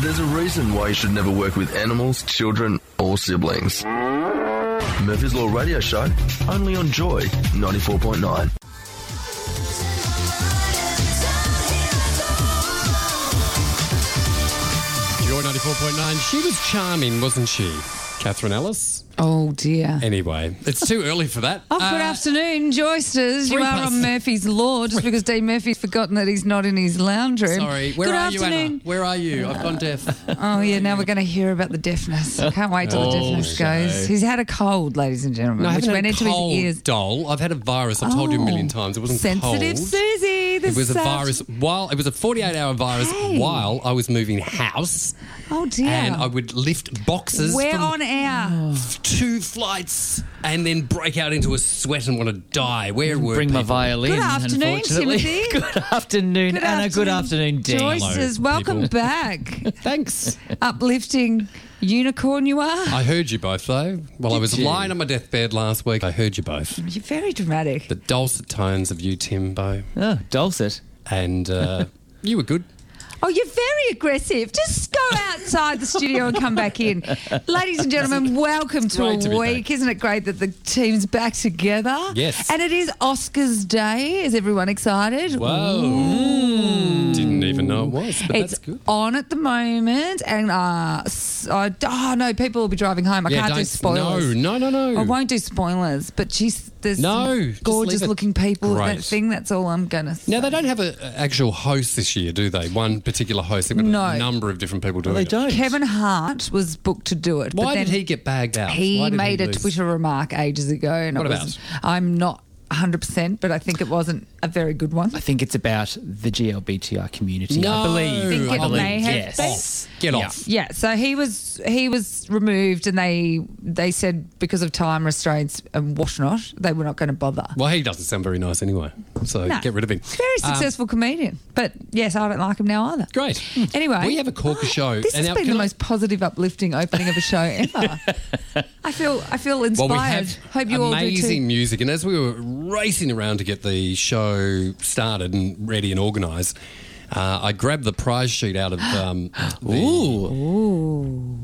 There's a reason why you should never work with animals, children, or siblings. Murphy's Law Radio Show, only on Joy 94.9. Joy 94.9. She was charming, wasn't she? Catherine Ellis. Oh dear. Anyway, it's too early for that. Oh, Uh, good afternoon, Joysters. You three are past- on Murphy's Law just because Dean Murphy's forgotten that he's not in his lounge room. Sorry, where good are afternoon. you, Anna? Where are you? I've gone deaf. Oh, yeah, now we're going to hear about the deafness. I can't wait till the deafness goes. He's had a cold, ladies and gentlemen, Oh, No, I which haven't went had into a cold, his ears. Oh. doll. I've had a virus. I've told you a million times. It wasn't Sensitive cold. Susie. The It was a soft- virus while it was a 48 hour virus Hey. while I was moving house Oh, dear. and I would lift boxes we're from Oh. on air. two flights and then break out into a sweat and want to die. Where were Bring my people? violin. Good afternoon, unfortunately. Timothy. good afternoon, Anna. Good afternoon, Dean. Joysters, Hello, welcome people. back. Thanks. Uplifting unicorn you are. I heard you both though. While I was you? lying on my deathbed last week, I heard you both. You're very dramatic. The dulcet tones of you, Timbo, Oh, dulcet. and uh, you were good. Oh, you're very aggressive. Just go outside the studio and come back in. Ladies and gentlemen, welcome to a great to be week. back. Isn't it great that the team's back together? Yes. And it is Oscars Day. Is everyone excited? Whoa! Didn't even know it was, but Mm. It's that's good. on at the moment, and uh, s- I, oh no, people will be driving home. I can't do don't- spoilers. No, no, no, no. I won't do spoilers, but she's there's No, some just leave gorgeous it. looking people. in That Great. thing. That's all I'm gonna. say. Now they don't have an actual host this year, do they? One particular host. They've got No. a number of different people doing They it. don't. Kevin Hart was booked to do it. but Why then did he get bagged out? Why He did made a lose? Twitter remark ages ago. And What it about? was- I'm not 100%, but I think it wasn't a very good one. I think it's about the GLBTI community. No, I believe. Think I it believe. may have yes. been? Get Yeah. off. Yeah, so he was he was removed, and they they said because of time restraints and whatnot, they were not going to bother. Well, he doesn't sound very nice anyway, so No. get rid of him. Very Um, successful Hmm. comedian, but yes, I don't like him now either. Great. Anyway, we have a corker show. This And has now- been the can I- most positive, uplifting opening of a show ever. I feel I feel Well, inspired. we have Hope you all do amazing too. music, and as we were racing around to get the show started and ready and organised, uh, I grabbed the prize sheet out of um, the Ooh.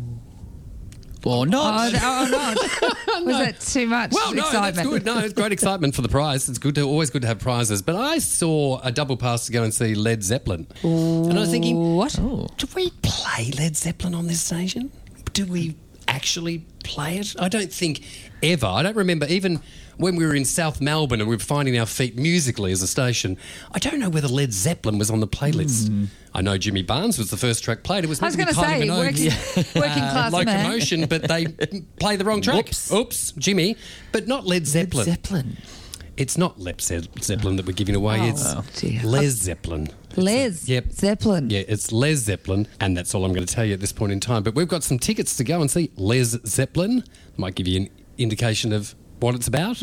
Or Oh, not. th- oh, no. Was that too much Well, no, excitement? that's good. No, it's great excitement for the prize. It's good to always good to have prizes. But I saw a double pass to go and see Led Zeppelin, and I was thinking, Oh. What? do we play Led Zeppelin on this station? Do we actually play it? I don't think ever. I don't remember even when we were in South Melbourne and we were finding our feet musically as a station. I don't know whether Led Zeppelin was on the playlist. I know Jimmy Barnes was the first track played. It was Hmm. I was meant going to to be Kylie say, Minogue. working, working class man. Uh, Locomotion, but they play the wrong track. Whoops. Oops, Jimmy. But not Led Zeppelin. Zeppelin. it's not Led Ze- Zeppelin that we're giving away. it's dear. Les Zeppelin. Les Yep. Zeppelin. Yeah, it's Les Zeppelin, and that's all I'm going to tell you at this point in time. But we've got some tickets to go and see Les Zeppelin. Might give you an indication of what it's about.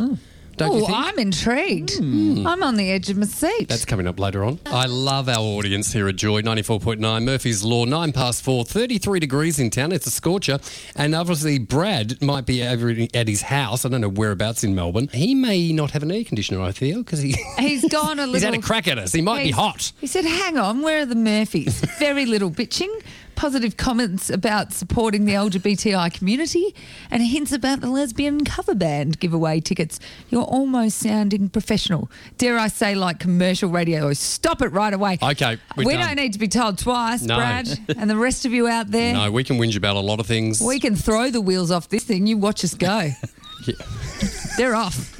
Don't you Oh, think? Hmm. I'm intrigued. Hmm. I'm on the edge of my seat. That's coming up later on. I love our audience here at Joy 94.9. Murphy's Law, 9 past 4, 33 degrees in town. It's a scorcher. And obviously, Brad might be over at his house. I don't know whereabouts in Melbourne. He may not have an air conditioner, I feel, because he, he's gone a little. he's had a crack at us. He might be He's- hot. He said, "Hang on, where are the Murphys?" Very little bitching, positive comments about supporting the LGBTI community, and hints about the lesbian cover band giveaway tickets. You're almost sounding professional, dare I say, like commercial radio. Stop it right away. Okay, we we're done. don't need to be told twice, No. Brad, and the rest of you out there. No, we can whinge about a lot of things. We can throw the wheels off this thing. You watch us go. They're off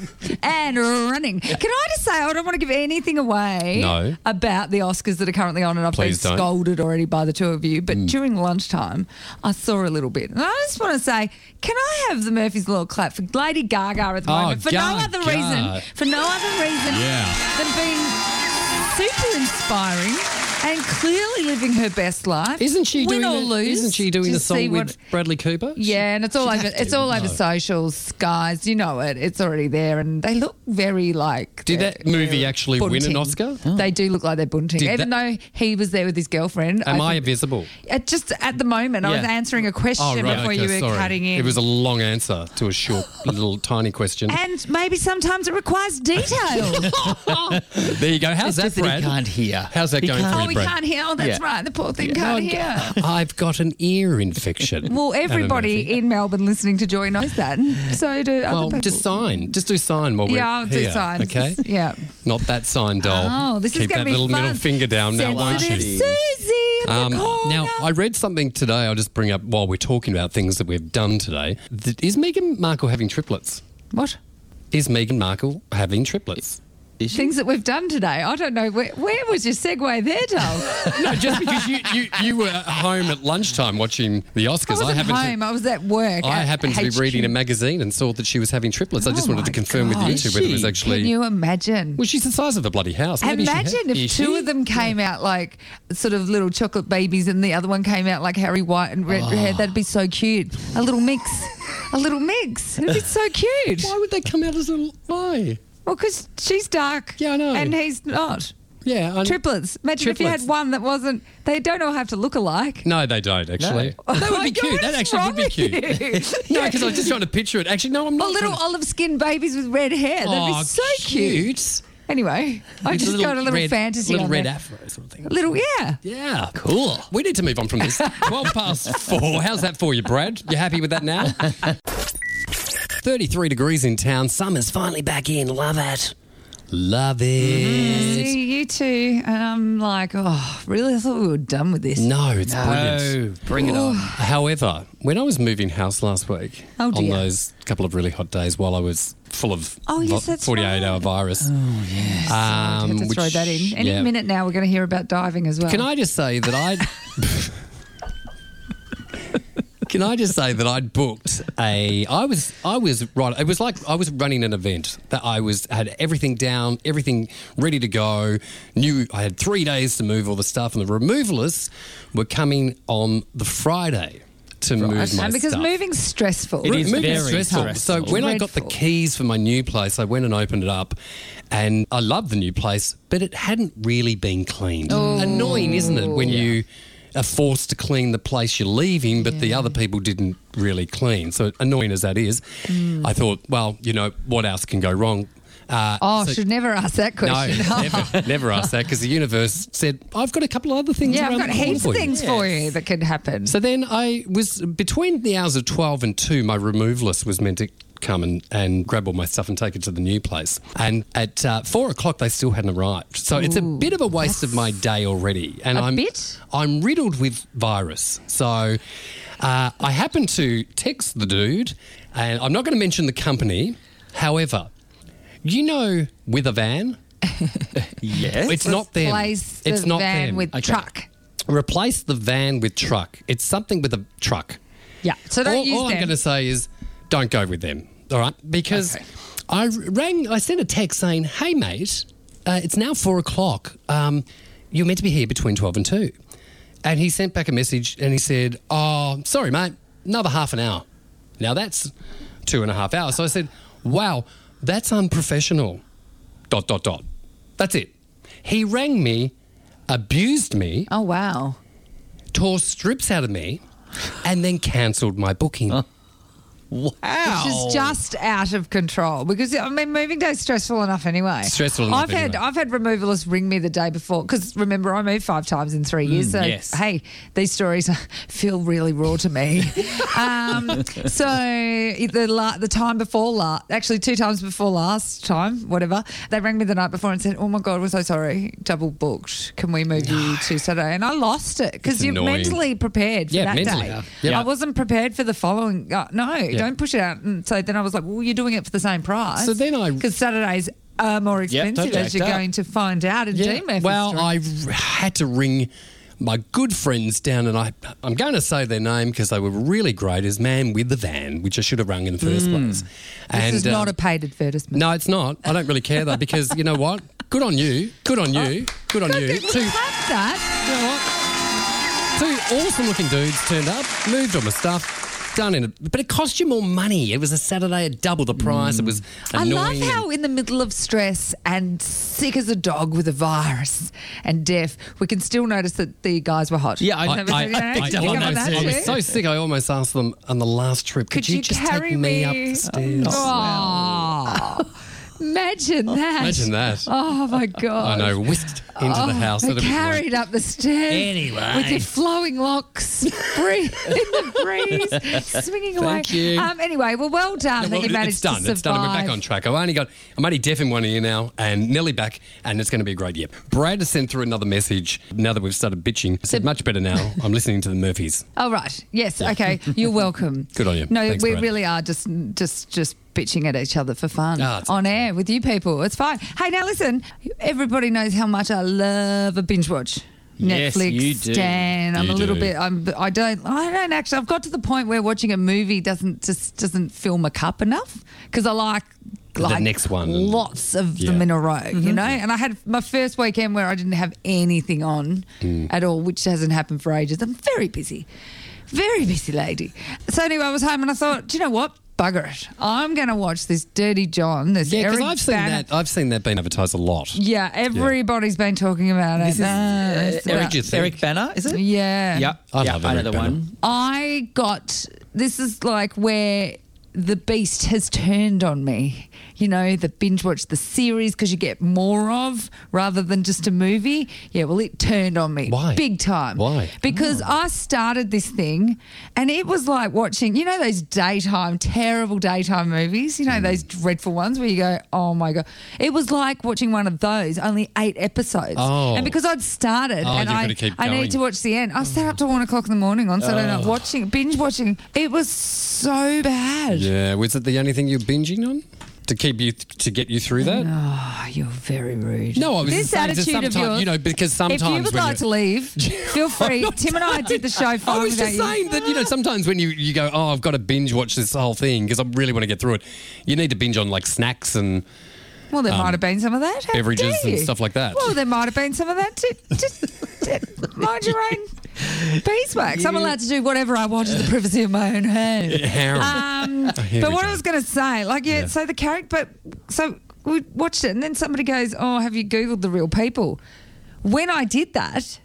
and running. Can I just say, I don't want to give anything away No. about the Oscars that are currently on, and I've Please don't. been Mm. scolded already by the two of you. But during lunchtime, I saw a little bit. And I just want to say, can I have the Murphy's Law clap for Lady Gaga at the Oh, moment? For no other Gaga. reason, for no other reason Yeah. than being super inspiring and clearly living her best life. Isn't she Win doing? or the- lose? Isn't she doing the just see song what- with Bradley Cooper? Yeah, and it's all she'd over. have to, It's all no. over socials, guys. You know it. It's already there, and they look very like. Did they're- that movie they're actually win an bunting. Oscar? They do look like they're bunting, Did even though he was there with his girlfriend. Am I, think- invisible? Uh, just at the moment, I was Yeah. answering a question Oh right, before okay, you were sorry. cutting in. It was a long answer to a short, little, tiny question. and maybe sometimes it requires detail. there you go. How's that, just that he Brad? can't hear. How's that He going for oh, you, we Brad? can't hear. Oh, that's Yeah. right. The poor thing Oh, can't g- hear. I've got an ear infection. Well, Adam Murphy. everybody in Melbourne listening to Joy knows that. and So do other Well, people. just sign. Just do sign while we're yeah, I'll do here, signs. Okay. Yeah. Not that sign, doll. Oh, this is Keep going to that be little fun. middle finger down now, won't Sensitive you? Susie in Um, the corner. now, I read something today. I'll just bring up while we're talking about things that we've done today. That is Meghan Markle having triplets? what? Is Meghan Markle having triplets? Is she? Things that we've done today. I don't know. Where, where was your segue there, Dol? no, just because you, you, you were at home at lunchtime watching the I Oscars. was at happened home. to. I was at work. I at happened to be HQ. reading a magazine and saw that she was having triplets. I just Oh wanted to my confirm God. with you two Is whether it was she? actually. Can you imagine? well, she's the size of a bloody house. Maybe she had- Imagine if is two she? of them came out like sort of little chocolate babies, and the other one came out like Harry White and red hair. Oh. That'd be so cute. A little mix, a little mix. It'd be so cute. Why would they come out as a l- why? Well, because she's dark. Yeah, I know. And he's not. Yeah, I- Triplets. Imagine if you had Um, Triplets. one that wasn't. They don't all have to look alike. No, they don't actually. That Oh would be cute. That actually would be cute. No, because I was just trying to picture it. Actually, no, I'm Or not. Oh, little trying to- olive skinned babies with red hair. That'd Aw, be so cute. Anyway, I With just got a little red, fantasy Little on red there. afro or something. Little, yeah. Yeah, cool. We need to move on from this. Twelve past four. How's that for you, Brad? You happy with that now? Thirty-three degrees in town. Summer's finally back in. Love it. Love it. See you two, and I'm like, oh, really? I thought we were done with this. No, it's brilliant. No, bring it on. However, when I was moving house last week, Oh, on dear. those couple of really hot days while I was full of Oh, yes, that's 48 right. Oh. hour virus. I um, have to throw which- that in. Any yeah. minute now, we're going to hear about diving as well. Can I just say that I. Can I just say that I'd booked a? I was I was right. It was like I was running an event that I was had everything down, everything ready to go. Knew I had three days to move all the stuff, and the removalists were coming on the Friday to move my and because stuff. moving's stressful. It is Moving very stressful. So stressful. when I got the Dreadful. keys for my new place, I went and opened it up, and I loved the new place, but it hadn't really been cleaned. Oh. Annoying, isn't it, when you are forced to clean the place you're leaving, but the other people didn't really clean. So annoying as that is, Mm. I thought, well, you know, what else can go wrong? Uh, Oh, so- should never ask that no, question. never, never ask that because the universe said, I've got a couple of other things yeah, around I've the got corner heaps for of you." things for you that could happen. So then I was between the hours of 12 and 2, my removalist was meant to come and, and grab all my stuff and take it to the new place. And at uh, 4 o'clock, they still hadn't arrived. So it's a bit of a waste of my day already. And A I'm, bit? I'm riddled with virus. So uh, I happened to text the dude, and I'm not going to mention the company. However, you know, with a van, Yes. it's not them. Place it's the not van them. with truck. Replace the van with truck. It's something with a truck Yeah. So don't all, use all I'm them. going to say is don't go with them. All right, because I rang, I sent a text saying, "Hey, mate, uh, it's now four o'clock. Um, you're meant to be here between twelve and 2. And he sent back a message and he said, "Oh, sorry, mate, another half an hour." Now that's two and a half hours. So I said, "Wow, that's unprofessional." Dot dot dot. That's it. He rang me, abused me oh wow. tore strips out of me and then cancelled my booking. Wow. Which is just out of control because I mean, moving day's stressful enough anyway. Stressful enough I've had anyway. I've had removalists ring me the day before because remember I moved five times in Mm, three years. So yes. hey, these stories feel really raw to me. um, so the la- the time before last, actually two times before last time, whatever, they rang me the night before and said, "Oh my god, we're so sorry, double booked. Can we move you to Saturday?" And I lost it because It's you're annoying. mentally prepared for Yeah, that mentally. day. Yeah. I wasn't prepared for the following. Uh, no, don't push it out. And so then I was like, well, you're doing it for the same price. So then I- because Saturdays are more expensive totally. as you're Yeah. going to find out in yeah. GMF. Well, I r- had to ring my good friends down, and I, I'm going to say their name because they were really great. Is Man with the Van, which I should have rung in the first place. Mm. this is um, not a paid advertisement. No, it's not. I don't really care though because you know what? Good on you. Good on you. Good on you. Good Two, clap that. you know what? Two awesome looking dudes turned up, moved on with stuff, done in it. But it cost you more money. It was a Saturday at double the price. It was Mm. I annoying. love and- how, in the middle of stress and sick as a dog with a virus and deaf, we can still notice that the guys were hot. Yeah, I- Never- I- you know, I I, picked pick up on up on that that I too. was too. so sick. I almost asked them on the last trip, "Could, Could you just carry take me, me?" up the stairs?" Oh, imagine that. Imagine that. Oh my I god. Oh, know, whisked into the house. They That'd be carried up the stairs. Anyway. With your flowing locks free in the breeze, swinging away. Thank you. Um, anyway, well, well done No, that well, you it- managed it's done. to survive. It's done. We're back on track. I've only got I'm only deaf in one ear now, and Nelly back, and it's going to be a great year. Brad has sent through another message now that we've started bitching. Said much better now. I'm listening to the Murphys. Oh right, yes, okay. You're welcome. Good on you. No, Thanks, we Brad. really are just just just bitching at each other for fun Ah, it's on air with you people. It's fine. Hey, now listen. Everybody knows how much I love a binge watch. Yes, Netflix, you do. Stan. I'm You a little do. bit. I'm. I don't. I don't actually. I've got to the point where watching a movie doesn't just doesn't fill my cup enough because I like. Like next one. lots of Yeah. them in a row, you Mm-hmm. know. And I had my first weekend where I didn't have anything on at all, which hasn't happened for ages. I'm very busy, very busy lady. So anyway, I was home and I thought, do you know what? Bugger it! I'm going to watch this Dirty John. This Yeah, because Eric I've seen Bana- that. I've seen that being advertised a lot. Yeah, everybody's been talking about it. Uh, Eric it's about- Just- Eric Banner, is it? yeah. Yep. I yep, love I know Eric the Banner. one. I got this is like where the beast has turned on me. You know, the binge watch the series because you get more of rather than just a movie. Yeah, well, it turned on me. Why? Big time. Why? Because I started this thing and it was like watching, you know, those daytime, terrible daytime movies, Mm. you know, those dreadful ones where you go, oh my God. It was like watching one of those, only eight episodes. Oh. And because I'd started Oh, and you've I, gotta keep I going. need to watch the end. I sat up till one o'clock in the morning on Saturday night watching, binge watching. It was so bad. Yeah, was it the only thing you're binging on to keep you to get you through that? Oh, you're very rude. No, I was just this saying, just attitude of sometime- yours. you know, because if you sometimes would when like you- to leave, feel free. Tim and I did the show five I was without just you. saying that you know sometimes when you, you go oh I've got to binge watch this whole thing because I really want to get through it, you need to binge on like snacks and Well, there might have been some of that. How Um, beverages dare and you? stuff like that. Well, there might have been some of that. Just, just, just mind your own beeswax. I'm allowed to do whatever I want in the privacy of my own home. Um, Oh, Here but we what go. I was going to say, like, yeah, Yeah. so the character, but so we watched it, and then somebody goes, "Oh, have you googled the real people?" When I did that,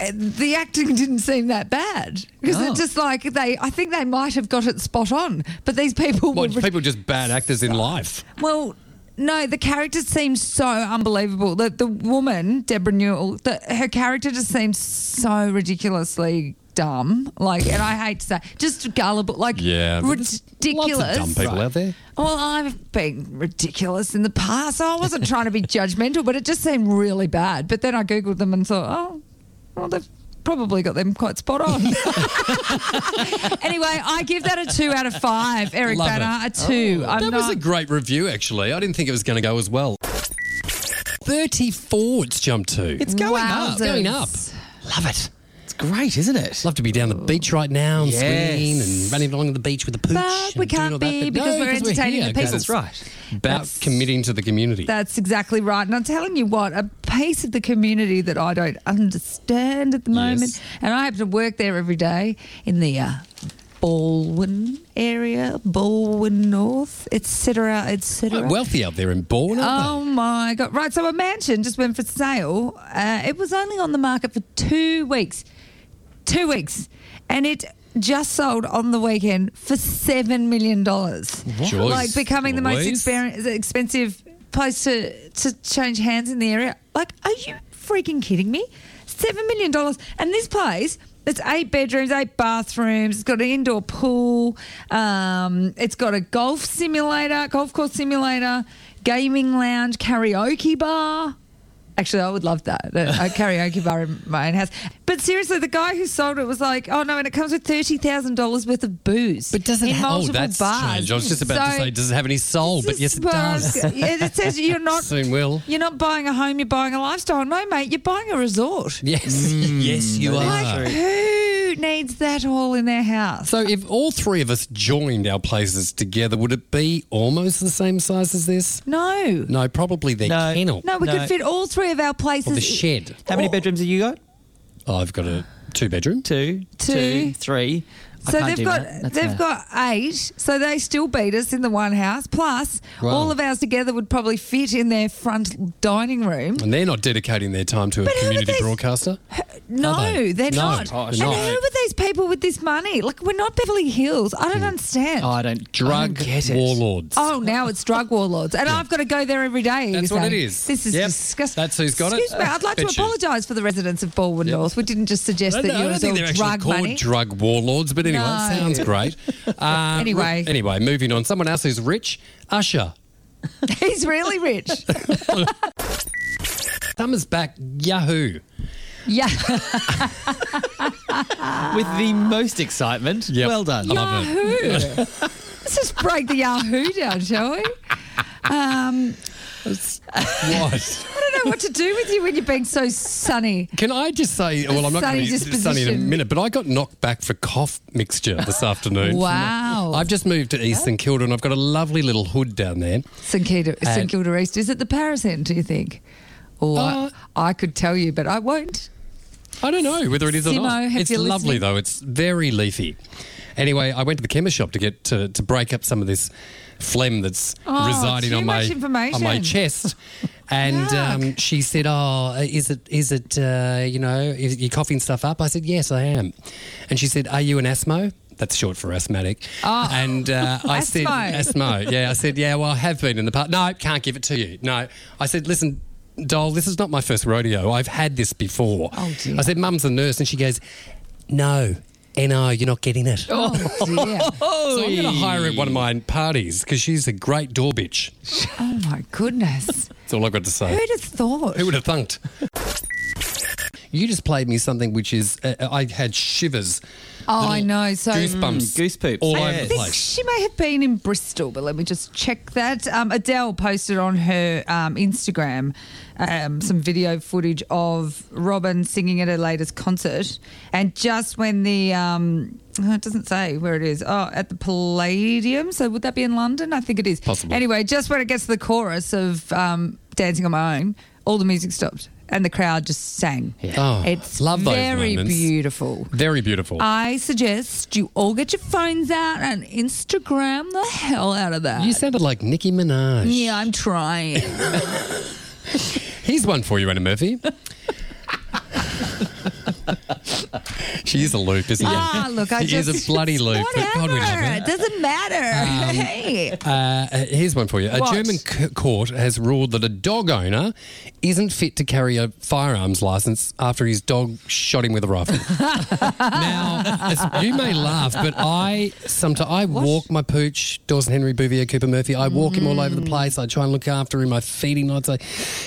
uh, the acting didn't seem that bad because Oh. it's just like they. I think they might have got it spot on, but these people Well, were people are just bad actors in life. well, no, the character seems so unbelievable. The the woman, Deborah Newell, the, her character just seems so ridiculously dumb. Like, and I hate to say, just gullible. Like, Yeah, but there's ridiculous. Lots of dumb people out there. Well, I've been ridiculous in the past. I wasn't trying to be judgmental, but it just seemed really bad. But then I googled them and thought, oh, well, they've probably got them quite spot on. anyway, I give that a two out of five. Eric Love Banner, a two. I'm Oh. that was not- a great review, actually. I didn't think it was going to go as well. 34 it's jumped to. It's going up. Wowzers. going up. Love it. It's great, isn't it? Love to be down the beach right now and Yes. swinging and running along the beach with the pooch. But we and doing can't all that. be But because we're entertaining here, the guys. people. It's About committing to the community. That's exactly right. And I'm telling you what, a piece of the community that I don't understand at the moment, Yes. and I have to work there every day in the uh, Baldwin area, Baldwin North, etc., Quite etc. wealthy out there in Bourne, aren't Oh my God. Right. So a mansion just went for sale. Uh, it was only on the market for two weeks. Two weeks. And it just sold on the weekend for $7 million. Joyce Like becoming the most Louise. exper- expensive place to, to change hands in the area. Like, are you freaking kidding me? $7 million. And this place. It's eight bedrooms, eight bathrooms. It's got an indoor pool. Um, it's got a golf simulator, golf course simulator, gaming lounge, karaoke bar. Actually, I would love that. A a karaoke bar in my own house. But seriously, the guy who sold it was like, oh no, and it comes with $30,000 worth of booze. But does it in have oh, multiple that's bars. strange. I was just about to So- say, does it have any soul? But yes, it Well, I was- does. yeah, it says you're not Soon will. you're not buying a home, you're buying a lifestyle. No, mate, you're buying a resort. Yes, yes, you that are. is true. Who needs that all in their house? So, if all three of us joined our places together, would it be almost the same size as this? no. No, probably their No. kennel. No, we No. could fit all three of our places. Or the shed. How many bedrooms have you got? I've got a two bedroom. Two, Two. two, three. I So can't they've do got that. That's they've a- got eight. So they still beat us in the one house. Plus, Wow. all of ours together would probably fit in their front dining room. And they're not dedicating their time to a But who would community they- broadcaster. No, Are they? they're No, not. they're and not. who are these people with this money? Like, we're not Beverly Hills. I don't understand. Oh, I don't drug Get it. Warlords. Oh, now it's drug warlords, and I've got to go there every day. That's you what say. it is. This is Yep. disgusting. That's who's got it. Excuse me, I'd like to Bet you. apologise for the residents of Baldwin North. We didn't just suggest I that don't- I you don't was think all they're actually drug called money. drug warlords, but anyway, No. it sounds great. Uh, Anyway. anyway, moving on. Someone else who's rich, Usher. He's really rich. Summers back, Yahoo. yeah. Ah. with the most excitement. Yep. Well done. I love it. Yahoo. Let's just break the Yahoo down, shall we? Um, What? I don't know what to do with you when you're being so sunny. Can I just say? Well, I'm not sunny going to be sunny in a disposition. minute, but I got knocked back for cough mixture this afternoon. Wow. I've just moved to East St Kilda, and I've got a lovely little hood down there. St Kilda, St Kilda East. Is it the Paris end, do you think? Or Uh, I could tell you, but I won't. I don't know whether it is or Simo, not. have it's you lovely listening? though. It's very leafy. Anyway, I went to the chemist shop to get to, to break up some of this phlegm that's Oh, residing too on my much information. on my chest. And um, she said, "Oh, is it is it uh, you know is you coughing stuff up?" I said, "Yes, I am." And she said, "Are you an asthmo?" That's short for asthmatic. Oh. And uh, I said, Asthmo. asthmo. Yeah, I said, yeah, well, I have been in the past. No, can't give it to you. No. I said, listen, doll, this is not my first rodeo. I've had this before. Oh, dear. I said, mum's a nurse. And she goes, no, no, you're not getting it. Oh, dear. So I'm going to hire her at one of my parties because she's a great door bitch. oh my goodness. That's all I've got to say. Who'd have thought? Who would have thunked? You just played me something which is uh, I had shivers. Oh, I Little know. So Goosebumps. Mm, goose poops. All I over the think think place. she may have been in Bristol, but let me just check that. Um, Adele posted on her um, Instagram um, some video footage of Robin singing at her latest concert, and just when the um, oh, it doesn't say where it is. Oh, at the Palladium. So would that be in London? I think it is. Possible. Anyway, just when it gets to the chorus of um, "Dancing on My Own," all the music stopped. And the crowd just sang. Oh, it's love those very moments. beautiful. Very beautiful. I suggest you all get your phones out and Instagram the hell out of that. you sounded like Nicki Minaj. yeah, I'm trying. Here's one for you, Anna Murphy. she is a loop, isn't she? Ah, look, I she just is a bloody loop. but God, Whatever. we love Um, her. It doesn't matter. hey. Uh, here's one for you. What? A German c- court has ruled that a dog owner isn't fit to carry a firearms license after his dog shot him with a rifle. now, as- you may laugh, but I sometimes I walk my pooch, Dawson Henry, Bouvier, Cooper Murphy. I walk him all over the place. I try and look after him. I feed him lots. I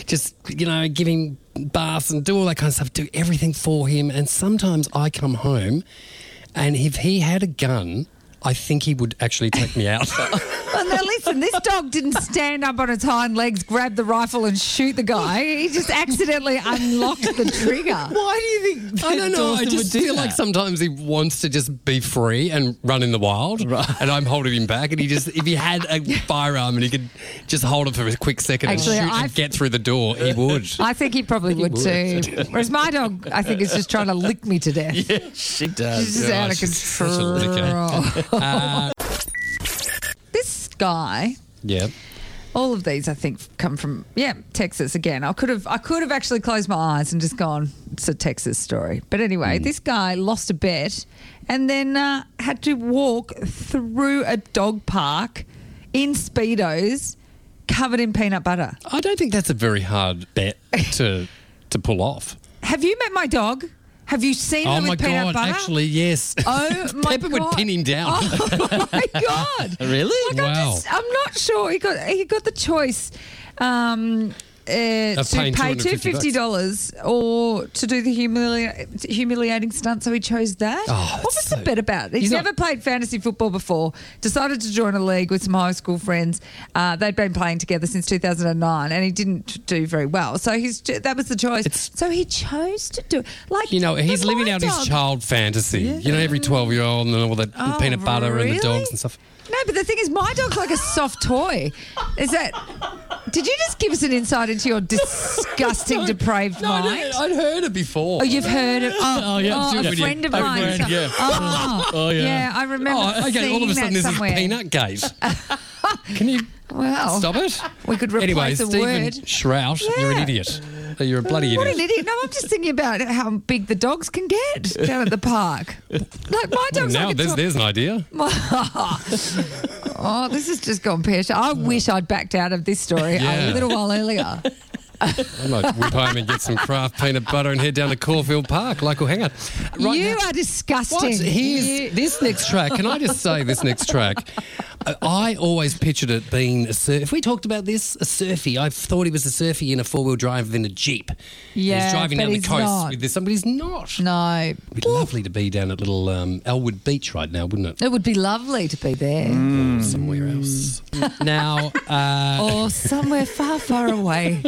just you know give him baths and do all that kind of stuff. Do everything for him. And sometimes I come home, and if he had a gun. I think he would actually take me out. Well, now listen, this dog didn't stand up on its hind legs, grab the rifle, and shoot the guy. He just accidentally unlocked the trigger. Why do you think? I don't know. I Dawson just would do feel like that? sometimes he wants to just be free and run in the wild, and I'm holding him back. And he just, if he had a firearm and he could just hold it for a quick second Actually, and shoot I've- and get through the door, he would. I think he probably would, too. Whereas my dog, I think, is just trying to lick me to death. She She's does. just God, out of she's such a control. this guy yeah. all of these I think come from yeah Texas again. I could have I could have actually closed my eyes and just gone it's a Texas story. But anyway, this guy lost a bet and then uh, had to walk through a dog park in speedos covered in peanut butter. I don't think that's a very hard bet to to pull off. Have you met my dog? Have you seen Oh her my with god! peanut butter? Actually, yes. Oh my Pepper god! would pin him down. Oh my god! Really? Like I'm Wow. just, I'm not sure. He got he got the choice um, uh, Of to paying pay two $250 fifty dollars or to do the humili- humiliating stunt. So he chose that. Oh, what was that's the so- bet about? He's He's not- never played fantasy football before. Decided to join a league with some high school friends. Uh, they'd been playing together since two thousand and nine, and he didn't do very well. So he's that was the choice. It's- so he chose to do it. Like You know, the he's living Lion out Dog. his child fantasy. You know, every 12 year old and all that Oh, peanut butter and really? the dogs and stuff. No, but the thing is, my dog's like a soft toy. Is that? Did you just give us an insight into your disgusting, depraved no, mind? No, I'd heard it before. Oh, you've heard of? Oh, Oh, yeah, oh, yeah. a friend of A mine. friend, yeah. Oh, Oh, yeah. yeah. I remember. Oh, okay. All of a sudden, seeing that there's somewhere. this peanut gate. Can you Well, stop it? We could replace anyway, the Stephen word. Shrout, you're an Yeah. idiot. You're a bloody What idiot. an idiot! No, I'm just thinking about how big the dogs can get down at the park. Like my dog's Now, like a there's, toy- there's an idea. Oh, this has just gone pear shaped. I wish I'd backed out of this story a Mm. Yeah. little while earlier. I might whip home and get some craft peanut butter and head down to Caulfield Park, local hangout. Right you now- are disgusting. What? Here's You- this next track. Can I just say this next track? I- I always pictured it being a surf. If we talked about this, a surfy. I thought he was a surfy in a four wheel drive in a jeep. Yeah, he's driving but down the he's coast not. with this. Somebody's not. no, It'd be lovely to be down at little um, Elwood Beach right now, wouldn't it? it would be lovely to be there Or somewhere else. now, uh, or somewhere far, far away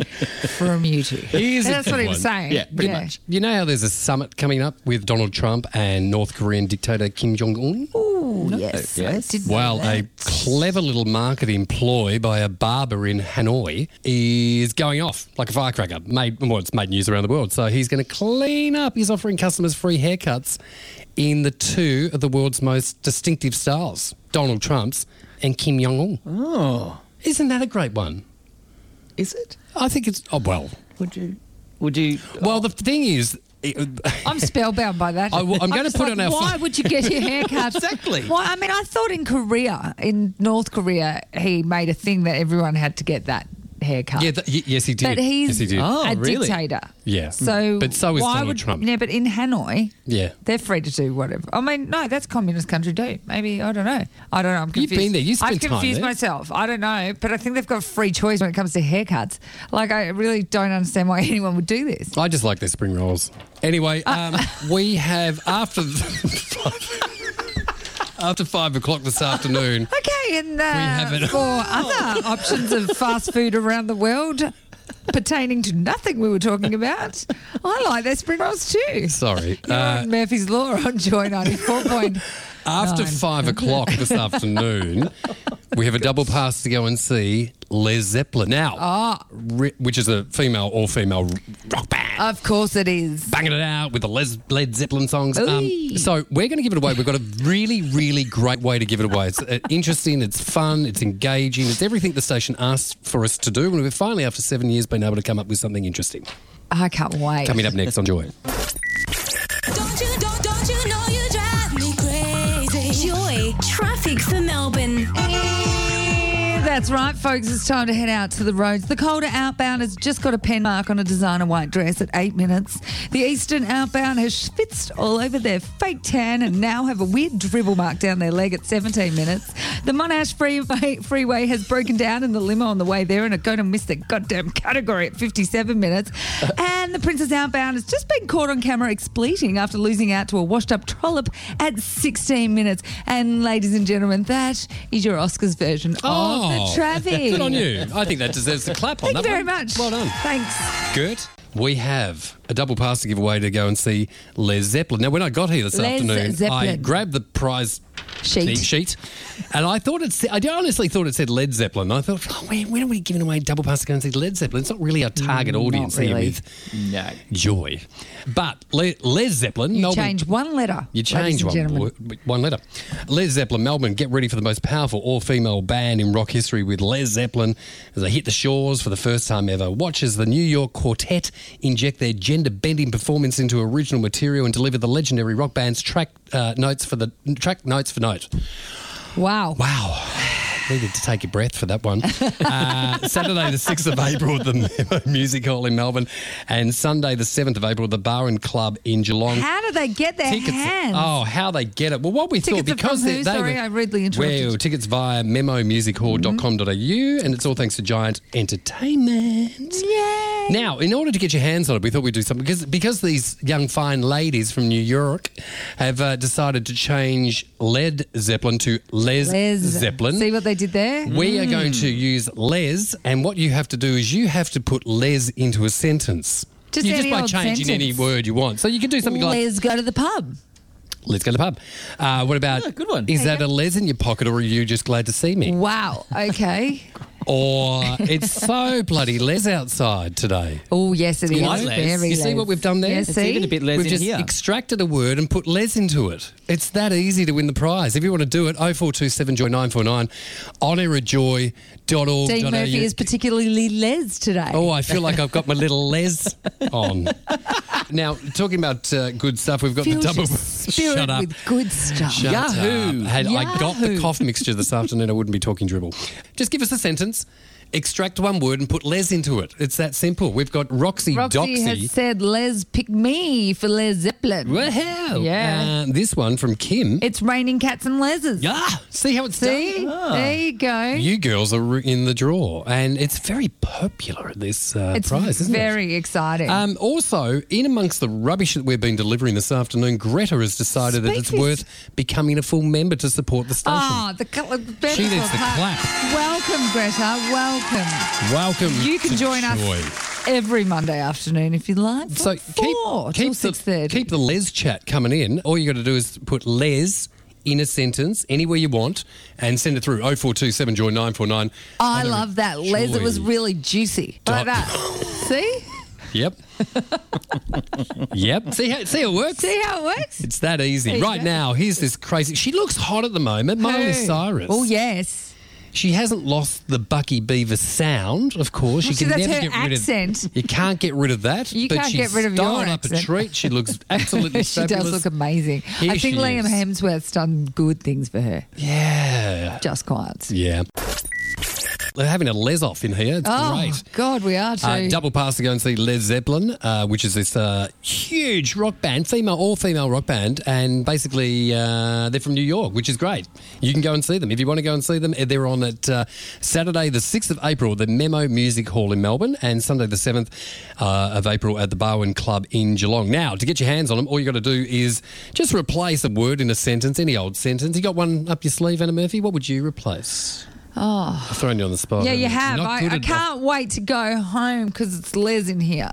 from you two. Here's a That's good what he one. was saying. Yeah, pretty much. you know how there's a summit coming up with Donald Trump and North Korean dictator Kim Jong Un. Oh, yes, I yes. did know Well, that. a clever little market employ by a barber in Hanoi is going off like a firecracker. Made well, it's made news around the world. So he's going to clean up. He's offering customers free haircuts in the two of the world's most distinctive styles: Donald Trump's and Kim Jong Un. Oh, isn't that a great one? Is it? I think it's oh well. Would you? Would you? Well, the thing is. it- I'm spellbound by that. I w- I'm gonna just put like, on our Why fl- would you get your hair cut? Exactly. Why? I mean, I thought in Korea, in North Korea, he made a thing that everyone had to get that haircut. yeah, th- y- yes, he did. But he's yes, he did. Oh, a really? dictator. Yeah. So, But so is why Donald would, Trump. Yeah, but in Hanoi, Yeah. they're free to do whatever. I mean, no, that's communist country too. Maybe I don't know. I don't know. I'm You've confused. been there. You I've spent time confused there. myself. I don't know, but I think they've got free choice when it comes to haircuts. Like I really don't understand why anyone would do this. I just like their spring rolls. Anyway, um, Uh, we have after after five o'clock this afternoon. Okay, and have uh, it. for other options of fast food around the world pertaining to nothing we were talking about, I like their spring rolls too. Sorry. You're Uh, on Murphy's Law on Joy 94. after Nine. five o'clock this afternoon, we have a double pass to go and see Les Zeppelin now, Ah. ri- which is a female all female rock band. of course it is. banging it out with the Les Led Zeppelin songs. Ooh. Um, so we're going to give it away. We've got a really, really great way to give it away. It's uh, interesting. It's fun. It's engaging. It's everything the station asked for us to do, and we've finally, after seven years, been able to come up with something interesting. I can't wait. Coming up next on Joy. Don't you, don't, don't you know you drive me crazy? Joy traffic for Melbourne. That's right, folks. It's time to head out to the roads. The colder outbound has just got a pen mark on a designer white dress at eight minutes. The eastern outbound has schwitzed all over their fake tan and now have a weird dribble mark down their leg at 17 minutes. The Monash freeway, freeway has broken down in the limo on the way there and are going to miss the goddamn category at 57 minutes. And the Princess Outbound has just been caught on camera expleting after losing out to a washed up trollop at 16 minutes. And ladies and gentlemen, that is your Oscars version of Oh. the traffic. Good on you. I think that deserves the clap on Thank you that very one. much. Well done. Thanks. Good. We have a double pass to give away to go and see Les Zeppelin. Now, when I got here this Les afternoon, I Zeppelin. grabbed the prize Sheet. thing- sheet, and I thought it. said- I honestly thought it said Led Zeppelin. I thought, oh, when, when are we giving away double pass to go and see Led Zeppelin? It's not really our target audience here Mm, really. with No. joy, but Le- Les Zeppelin. You Melbourne- change one letter. you ladies change and one, gentlemen. w- one letter. Les Zeppelin, Melbourne, get ready for the most powerful all female band in rock history with Les Zeppelin as they hit the shores for the first time ever. Watch as the New York Quartet inject their gender bending performance into original material and deliver the legendary rock band's track uh, notes for the track notes for note. Wow. Wow. Needed to take a breath for that one. Uh, Saturday, the 6th of April at the Memo Music Hall in Melbourne, and Sunday, the 7th of April at the Bar and Club in Geelong. How do they get their tickets. hands? Oh, how they get it. Well, what we Tickets are thought because from they, who? they Sorry, were, I rudely interrupted. Mm-hmm. Well, tickets via memomusichall.com.au, and it's all thanks to Giant Entertainment. Yay. Now, in order to get your hands on it, we thought we'd do something because because these young fine ladies from New York have uh, decided to change Led Zeppelin to Les, Les Mm. Zeppelin. See what they did there? we are going to use Les, and what you have to do is you have to put Les into a sentence. Just you just any by old changing any sentence. word you want. So you can do something like Let's go to the pub. Let's go to the pub. Uh, what about? Yeah, good one. Is that a les in your pocket, or are you just glad to see me? Wow. Okay. Or it's so bloody les outside today. oh, yes, it is. know, Very you see Les. what we've done there? Yeah, It's see? even a bit Les We've in just here. extracted a word and put les into it. It's that easy to win the prize. If you want to do it, 0427 joy 949 honorajoy.org.au. Dean Murphy is particularly Les today. Oh, I feel like I've got my little les on. Now, talking about uh, good stuff, we've got Fills the double. your spirit Shut up. with good stuff. Shut Yahoo. up. Had I got the Yahoo. cough mixture this afternoon, I wouldn't be talking dribble. Just give us a sentence, extract one word, and put les into it. It's that simple. We've got Roxy, Roxy Doxy. has said, Les, pick me for Les Zeppelin. Wow. Yeah. Uh, this one from Kim. It's raining cats and leses. yeah. See how it's See? done? There you go. You girls are re- in the draw, and it's very popular at this uh, it's prize, isn't it? very exciting. Um, also, in amongst the rubbish that we've been delivering this afternoon, Greta has decided that Speak it's this- worth becoming a full member to support the station. Ah, the cl- Greta She needs will the clap. Welcome, Greta. Welcome. Welcome. You can to join Joy. us every Monday afternoon if you like. So from keep, four till keep, six the, thirty. keep the Les chat coming in. All you got to do is put Les in a sentence anywhere you want and send it through 0427 Joy 949. I love that. Les, it was Joy. really juicy. Dot- Like that. See? Yep. yep. See how, see how it works? See how it works? It's that easy. you Right go. now, here's this crazy. She looks hot at the moment, Miley Who? Cyrus. Oh, yes. She hasn't lost the Bucky Beaver sound, of course. Well, you see, can that's never her get rid accent. of You can't get rid of that. You but can't she's get rid of your styled up a accent. treat. She looks absolutely she does fabulous. look amazing. Here I think she Liam is. Hemsworth's done good things for her. Yeah. Just quiet. Yeah. They're having a les off in here. It's Oh, great. God, we are too. Uh, double pass to go and see Led Zeppelin, uh, which is this uh, huge rock band, female, all female rock band, and basically uh, they're from New York, which is great. You can go and see them if you want to go and see them. They're on at uh, Saturday, the sixth of April, the Memo Music Hall in Melbourne, and Sunday, the seventh uh, of April, at the Bowen Club in Geelong. Now, to get your hands on them, all you got to do is just replace a word in a sentence, any old sentence. You got one up your sleeve, Anna Murphy. What would you replace? Oh, I've thrown you on the spot. yeah, you haven't have. Not I, good I at- can't wait to go home because it's Les in here.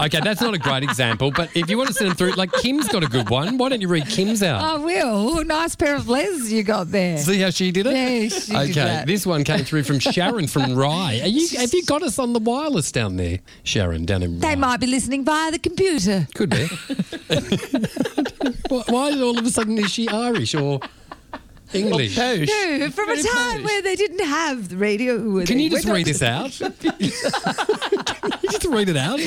Okay, that's not a great example, but if you want to send them through, like Kim's got a good one. Why don't you read Kim's out? I Oh, will. Nice pair of Les you got there. See how she did it? Yeah, she did okay, that. this one came through from Sharon from Rye. Are you, have you got us on the wireless down there, Sharon, down in Rye? They might be listening via the computer. Could be. Why- Why all of a sudden is she Irish or English? No, from a Very time Polish. where they didn't have the radio. Were Can they? you just We're not- read this out? Can you just read it out?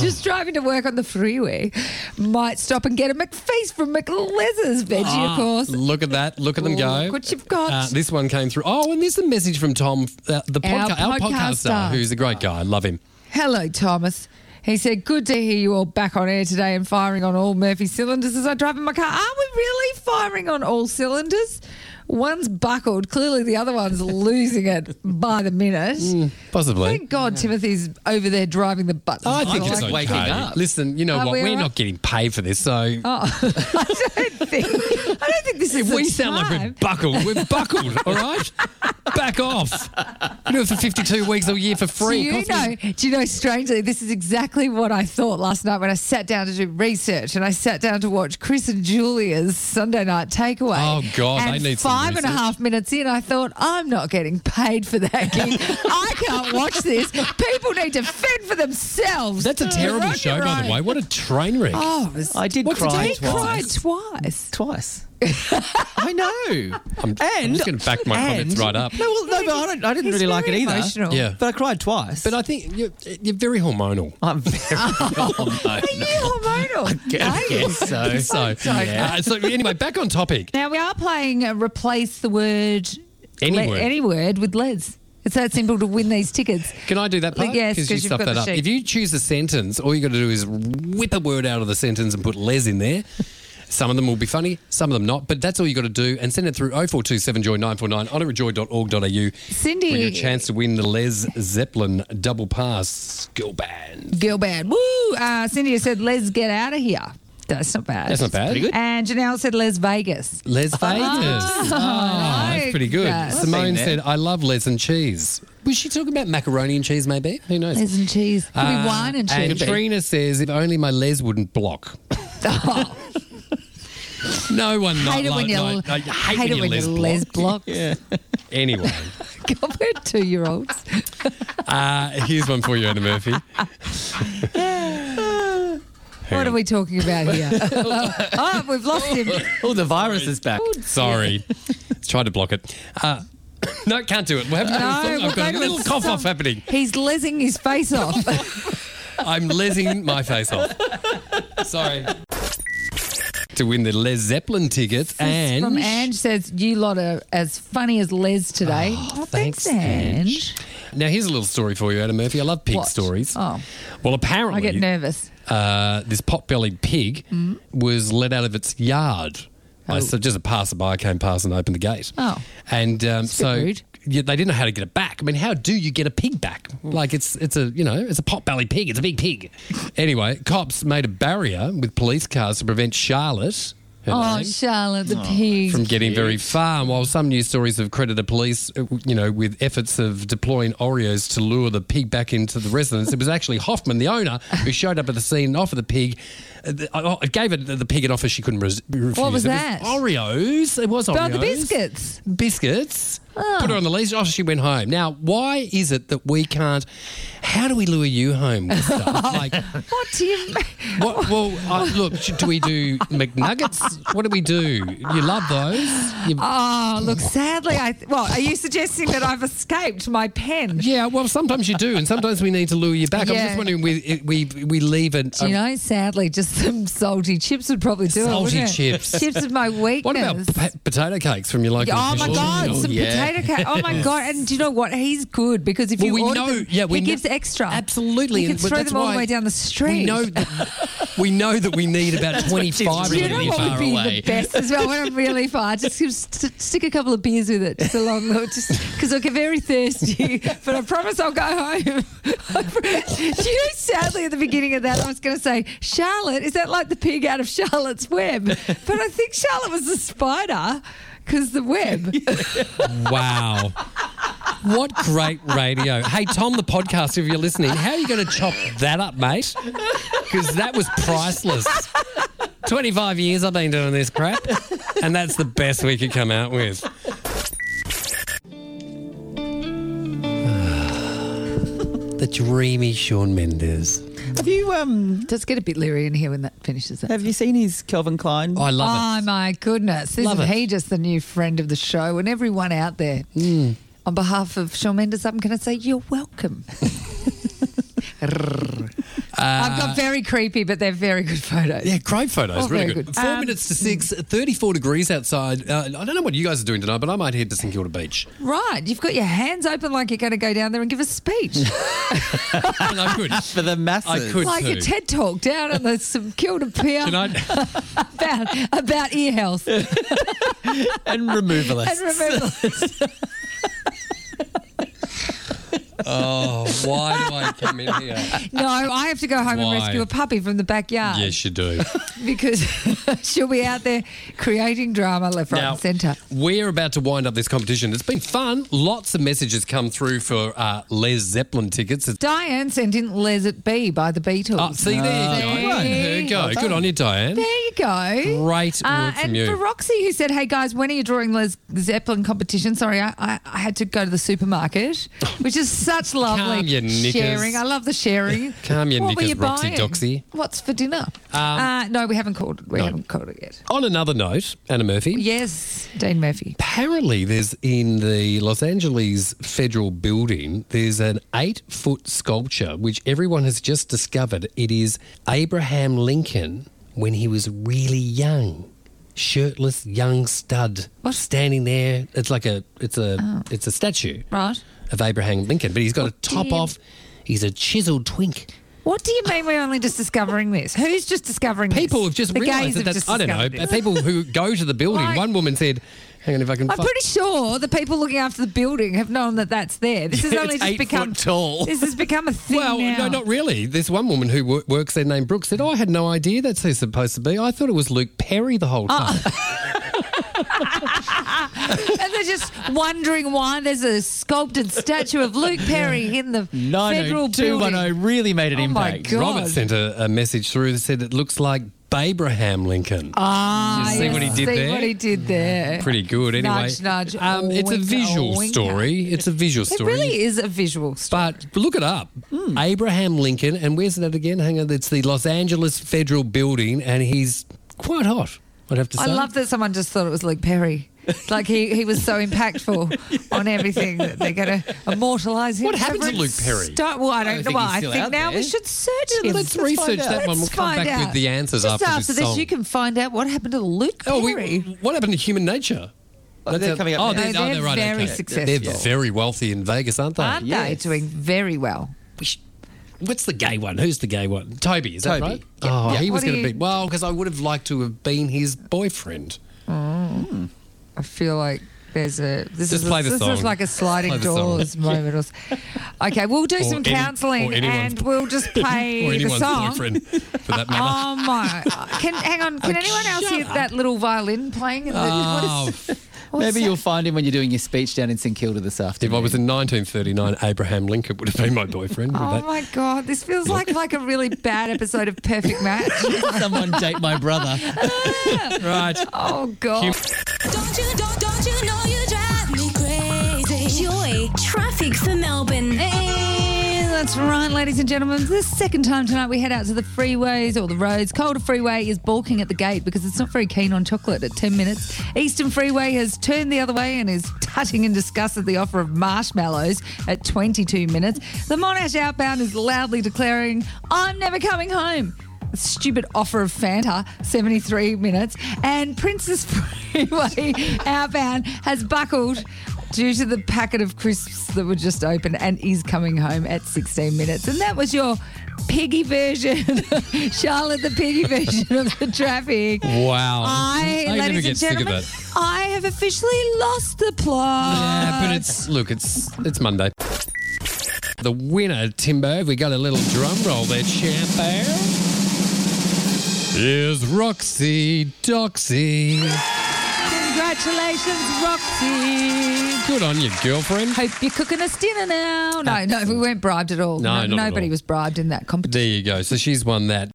Just driving to work on the freeway. Might stop and get a McFeast from McLez's veggie, Ah. of course. Oh, Look at that. Look at them go. Look what you've got. Uh, this one came through. Oh, and there's a mesage from Tom, uh, the Our podca- our, podcaster, podcaster. who's a great guy. I love him. Hello, Thomas. He said, Good to hear you all back on air today and firing on all Murphy cylinders as I drive in my car. Are we really firing on all cylinders? One's buckled. Clearly, the other one's losing it by the minute. Mm. Possibly. Thank God Timothy's over there driving the buttons. Oh I think I'm it's just okay. waking up. Listen, you know Are what? we We're all right? not getting paid for this, so I don't think. I don't think this if is. we Oh, the sound like we're time. buckled, we're buckled. all right, back off. We do it for fifty-two weeks a year for Do free. It you costs me- know? Do you know? Strangely, this is exactly what I thought last night when I sat down to do research and I sat down to watch Chris and Julia's Sunday night takeaway. Oh, God, And they need some five and a research. half minutes in, I thought I'm not getting paid for that gig. I can't watch this. People need to fend for themselves. That's a terrible Rock show, your by the own. way. What a train wreck. Oh, it was, I did What cry he twice. cried twice. Twice. I know. I'm, and I'm just going to back my comments and- right up. No, well, no, but I, don't, I didn't He's really like it very either. emotional. Yeah. But I cried twice. But Oh, I think you're, you're very hormonal. I'm very Are you hormonal? real. I guess so. So, yeah. Oh, uh, so anyway, back on topic. Now we are playing uh, replace the word Any word. any word with Les. It's that simple to win these tickets. Can I do that part? Yes, 'cause you you've stuffed got that the up. sheet. If you choose a sentence, all you got to do is whip a word out of the sentence and put les in there. Some of them will be funny, some of them not, but that's all you got to do and send it through 0427 joy 949 honorajoy.org.au. Cindy- For your chance to win the Les Zeppelin double pass skill band. Girl bad. Woo! Uh, Cindy has said Les get out of here. That's not bad. That's not bad. Pretty good. And Janelle said Les Vegas. Les Vegas. I Oh, that's like pretty good. Ah, that. Simone I've seen said, I love Les and cheese. Was she talking about macaroni and cheese, maybe? Who knows? Les and cheese. Could Uh, be wine and cheese. And Trina says, if only my Les wouldn't block. Oh, No one not hate it when like, you like, I hate, hate it when you when les you block. les block. Anyway, God, we're two year olds. uh, here's one for you, Anna Murphy. What are we talking about here? oh, we've lost him. Oh, the virus is back. Sorry, tried to block it. Uh, no, can't do it. We're having a No, little- we're I've got going a little with cough off some- happening. He's lesing his face off. I'm lesing my face off. Sorry. To win the Les Zeppelin tickets and From Ange says, You lot are as funny as Les today. Oh, thanks, Ange. Now here's a little story for you, Anna Murphy. I love pig What? stories. Oh. Well, apparently I get nervous. uh, this pot-bellied pig Mm. was let out of its yard. I, so just a passerby came past and opened the gate. Oh. and um, a bit so rude. yeah, they didn't know how to get it back. I mean, how do you get a pig back? Like it's it's a you know it's a pot-bellied pig. It's a big pig. anyway, cops made a barrier with police cars to prevent Charlotte. her Oh, name, Charlotte the pig. from getting very far. And while some news stories have credited police, uh, you know, with efforts of deploying Oreos to lure the pig back into the residence, it was actually Hoffman, the owner, who showed up at the scene and offered the pig. uh, the- I I gave it the pig an offer she couldn't res- refuse. was It that? Oreos. It was Oreos. Oh, the biscuits. Biscuits. Oh. Put her on the leash. Off she went home. Now, why is it that we can't? How do we lure you home? With stuff? like, What do you mean? what, well, uh, look, do we do McNuggets? What do we do? You love those? You, Oh, look, sadly, I. Th- well, are you suggesting that I've escaped my pen? Yeah, well, sometimes you do, and sometimes we need to lure you back. I'm Yeah. just wondering, we we we leave um, an. Do you know, sadly, just some salty chips would probably do it. Salty wouldn't it? chips. Chips is my weakness. what about pa- potato cakes from your local? Oh my shop? God! Some yeah. potato cake. Oh my God! And do you know what? He's good because if Well, you we order know- them, yeah, we he know- gives extra. Absolutely, you can and- but throw that's them all why the way down the street. We know that we know that we need about twenty five. Do you know what would be the best as well when I'm really far? Just give- st- stick a couple of beers with it, just along the just because I get very thirsty. But I promise I'll go home. Do you know? Sadly, at the beginning of that, I was going to say Charlotte. Is that like the pig out of Charlotte's Web? But I think Charlotte was the spider. Because the web. Wow. What great radio. Hey, Tom, the podcast, if you're listening, how are you going to chop that up, mate? Because that was priceless. 25 years I've been doing this crap, and that's the best we could come out with. the dreamy Sean Mendes. Have you um Does get a bit leery in here when that finishes. That. have you seen his Calvin Klein? I love Oh my goodness! Love Isn't it. he just the new friend of the show and everyone out there? Mm. On behalf of Sean Mendes, I'm going to say you're welcome. I've got very creepy, but they're very good Uh, photos. Yeah, great photos. Oh, really very good. good. Four Um, minutes to six, 34 degrees outside. Uh, I don't know what you guys are doing tonight, but I might head to St Kilda Beach. Right, you've got your hands open like you're going to go down there and give a speech, Oh, And I could. For the masses. I could. like too. a TED talk down at the St Kilda Pier Can I? about about ear health and and removalists. remember. Oh, why do I come in here? no, I have to go home Why? and rescue a puppy from the backyard Yes, you do. because she'll be out there creating drama left, right, and centre. we're about to wind up this competition. It's been fun. Lots of messages come through for uh, Les Zeppelin tickets. It's- Diane sent in Let It Be by the Beatles. Oh, see, there you go. There There you go. Good on you, Diane. There you go. Great Uh, word from and you. for Roxy, who said, "Hey guys, when are you drawing Les Zeppelin competition?" Sorry, I, I, I had to go to the supermarket, which is so Such lovely Calm your knickers. sharing. I love the sharing. Calm your what were knickers, you Roxy buying? Doxy. Um, What's for dinner? uh, no, we haven't called it. We No. haven't called it yet. On another note, Anna Murphy. Yes, Dean Murphy. Apparently, there's in the Los Angeles federal building, there's an eight foot sculpture which everyone has just discovered. It is Abraham Lincoln when he was really young. Shirtless young stud standing there. It's like a it's a it's a statue Oh. Right. of Abraham Lincoln, but he's got a top did- off. He's a chiseled twink. What do you mean we're only just discovering this? Who's just discovering this? People have just The gays realised that have that's just I don't know. discovered this. People who go to the building. Like- One woman said, "Hang on, if I can." I'm fi- pretty sure the people looking after the building have known that that's there. This has Yeah, only it's just eight become foot tall. This has become a thing Well, now. no, not really. There's one woman who wo- works there named Brooke said, "Oh, I had no idea that's who it's supposed to be. I thought it was Luke Perry the whole Oh, time. and they're just wondering why there's a sculpted statue of Luke Perry in the oh federal building. 90210 really made an Oh my impact. God. Robert sent a, a message through that said it looks like Abraham Lincoln. Oh, Ah, you see I what he did see there? what he did there. Pretty good, anyway. Nudge, nudge, um, it's a wink, visual wink. story. It's a visual It story. really is Hmm. a visual story. But look it up. Abraham Lincoln, and where's that again? Hang on, it's the Los Angeles Federal Building, and he's quite hot. I'd have to say. I love that someone just thought it was Luke Perry. like he, he was so impactful on everything that they're going to immortalise him. What happened to forever. Luke Perry? Don't, well, I don't, don't know. think Well, he's I still think out now we there. should search him. let's research out. that one. We'll Let's come find back with out. the answers Just after, after this this, song. you can find out what happened to Luke Oh, Perry. we, what happened to human nature? Oh, they're coming up Oh, next. they're, No, oh, they're they're right, very okay. successful. They're very wealthy in Vegas, aren't they? Aren't they Yes. doing very well? We sh- What's the gay one? Who's the gay one? Toby, is that Toby. right? Oh, he was What do going to you- be. Well, because I would have liked to have been his boyfriend. I feel like there's a this Just is play a, the this song. is like a Play sliding the song. doors moment. or s- Okay, we'll do Or some any- counselling or anyone's- and we'll just or play the anyone's song. boyfriend, for that matter. Oh my! Can hang on. Can anyone else hear that little violin playing? In the, Oh, what is, Maybe you'll find him when you're doing your speech down in St Kilda this if I afternoon. was in 1939, Abraham Lincoln would have been my boyfriend. Oh wouldn't my god! This feels like like a really bad episode of Perfect Match. Someone date my brother. that- right. oh god! Don't you, don't, don't you know you drive me crazy? Joy traffic for Melbourne. And That's right, ladies and gentlemen. For The second time tonight we head out to the freeways or the roads. Calder Freeway is balking at the gate because it's not very keen on chocolate at 10 minutes. Eastern Freeway has turned the other way and is tutting in disgust at the offer of marshmallows at 22 minutes. The Monash outbound is loudly declaring, I'm never coming home stupid offer of Fanta, 73 minutes, and Princess Freeway outbound has buckled due to the packet of crisps that were just open and is coming home at 16 minutes. And that was your piggy version, Charlotte, the piggy version of the traffic. Wow. I, I never ladies get and sick of gentlemen, that. I have officially lost the plot. Yeah, but it's look, it's it's Monday. The winner, Timbo, if we got a little drum roll there, champo, is Roxy Doxy. Congratulations, Roxy. Good on you, girlfriend. Hope you're cooking us dinner now. No, no, we weren't bribed at all. No, not at nobody all. was bribed in that competition. There you go. So she's won that.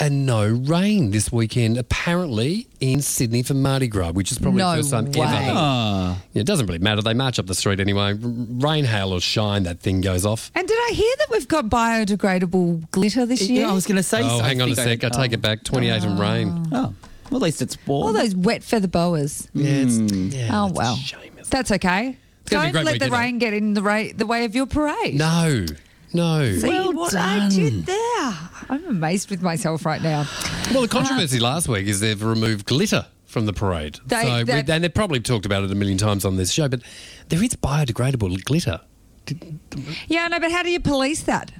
And no rain this weekend, apparently, in Sydney for Mardi Gras, which is probably No the first time way. ever. Ah, It doesn't really matter. They march up the street anyway. R- Rain, hail, or shine, that thing goes off. And did I hear that we've got biodegradable glitter this year? yeah, I was going to say Oh, so. hang on a think sec. I oh. take it back. 28 Ah. and rain. Oh, well, at least it's warm. all those wet feather boas. Yeah, it's, yeah, oh that's a well, shame, isn't it? that's okay. gonna be a Don't great let the weekend, rain get in the, ra- the way of your parade. No, no. See what I did there. I'm amazed with myself right now. Well, the Ah. controversy last week is they've removed glitter from the parade. They- so, we, that- and they've probably talked about it a million times on this show, but there is biodegradable glitter. Yeah, I know, but how do you police that?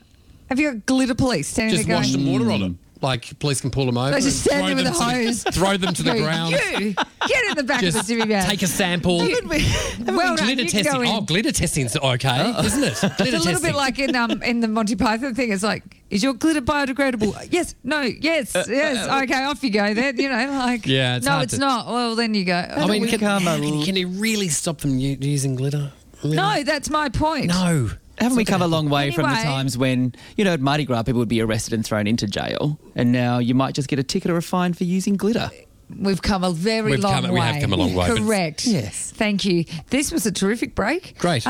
Have you got glitter police standing Just there wash going? some water on them. Like, police can pull them over. They just and stand there with a them to hose. The, throw them to the "You, ground. You get in the back of Just the Jimmy van. take a sample. You- well done. glitter You can go testing. in. Uh, Oh, glitter testing's okay, isn't it? Glitter It's a little bit like in um in the Monty Python thing. It's like, is your glitter biodegradable? yes, no, yes, yes. okay, off you go then. You know, like Uh, Yeah, it's no, hard it's to- not. Well, then you go. oh, I mean, we can, come a- can, can you really stop them u- using glitter? no, that's my point. No. Haven't we come a long way from the Anyway. times when, you know, at Mardi Gras people would be arrested and thrown into jail? And now you might just get a ticket or a fine for using glitter. We've come a very We've long come- way. we have come a long way, but- Correct. Yes. Thank you. This was a terrific break. Um, Great.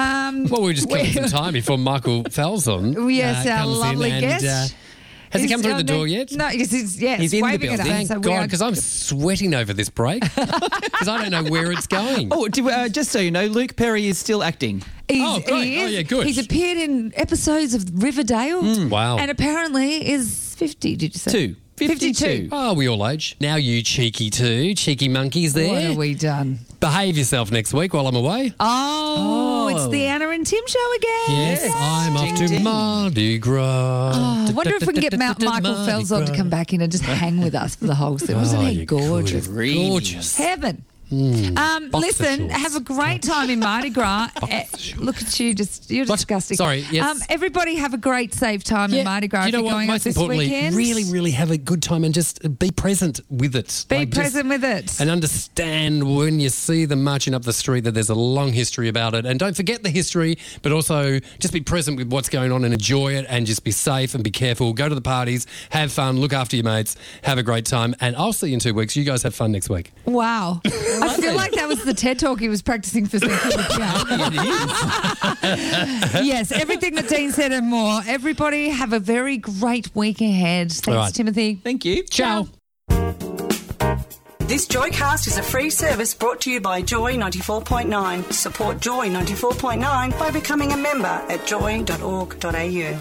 well, we were just killing some time before Michael Fell's on. Yes, our comes in lovely and, uh, guest. has he Is- come through oh, the no, door yet? No, he's, he's, yes, He's in the waving At building. us, Thank so we God, are- because I'm sweating over this break because I don't know where it's going. Oh, do, uh, just so you know, Luke Perry is still acting. He's, Oh, great. He Oh, is, yeah, good. Mm. He's appeared in episodes of Riverdale. Wow. And apparently is 50, did you say? Two. 52. 52. Oh, we all age. Now you cheeky two, cheeky monkeys there. What have we done? Behave yourself next week while I'm away. Oh, it's the Anna and Tim show again. Yes, I'm off to Mardi Gras. Oh, I wonder if we can get Mount Michael Mardi Fels on to Gras. come back in and just hang with us for the whole thing. Wasn't Oh, he you could. gorgeous? Gorgeous. Heaven. um, Boxer listen, shorts. have a great time in Mardi Gras. Eh, Look at you, just you're What? disgusting. Um, Sorry, yes. everybody have a great safe time in Mardi Gras. You if know you're what? going out Most this importantly, weekend. really, really have a good time and just be present with it. be Like, just- present with it. And understand when you see them marching up the street that there's a long history about it. And don't forget the history, but also just be present with what's going on and enjoy it and just be safe and be careful. Go to the parties, have fun, look after your mates, have a great time. And I'll see you in two weeks. You guys have fun next week. Wow. I feel like that was the TED talk he was practicing for St. Kilda Church. yes, everything that Dean said and more. Everybody have a very great week ahead. Thanks, All right. Timothy. Thank you. Ciao. This Joycast is a free service brought to you by Joy 94.9. Support Joy 94.9 by becoming a member at joy.org.au.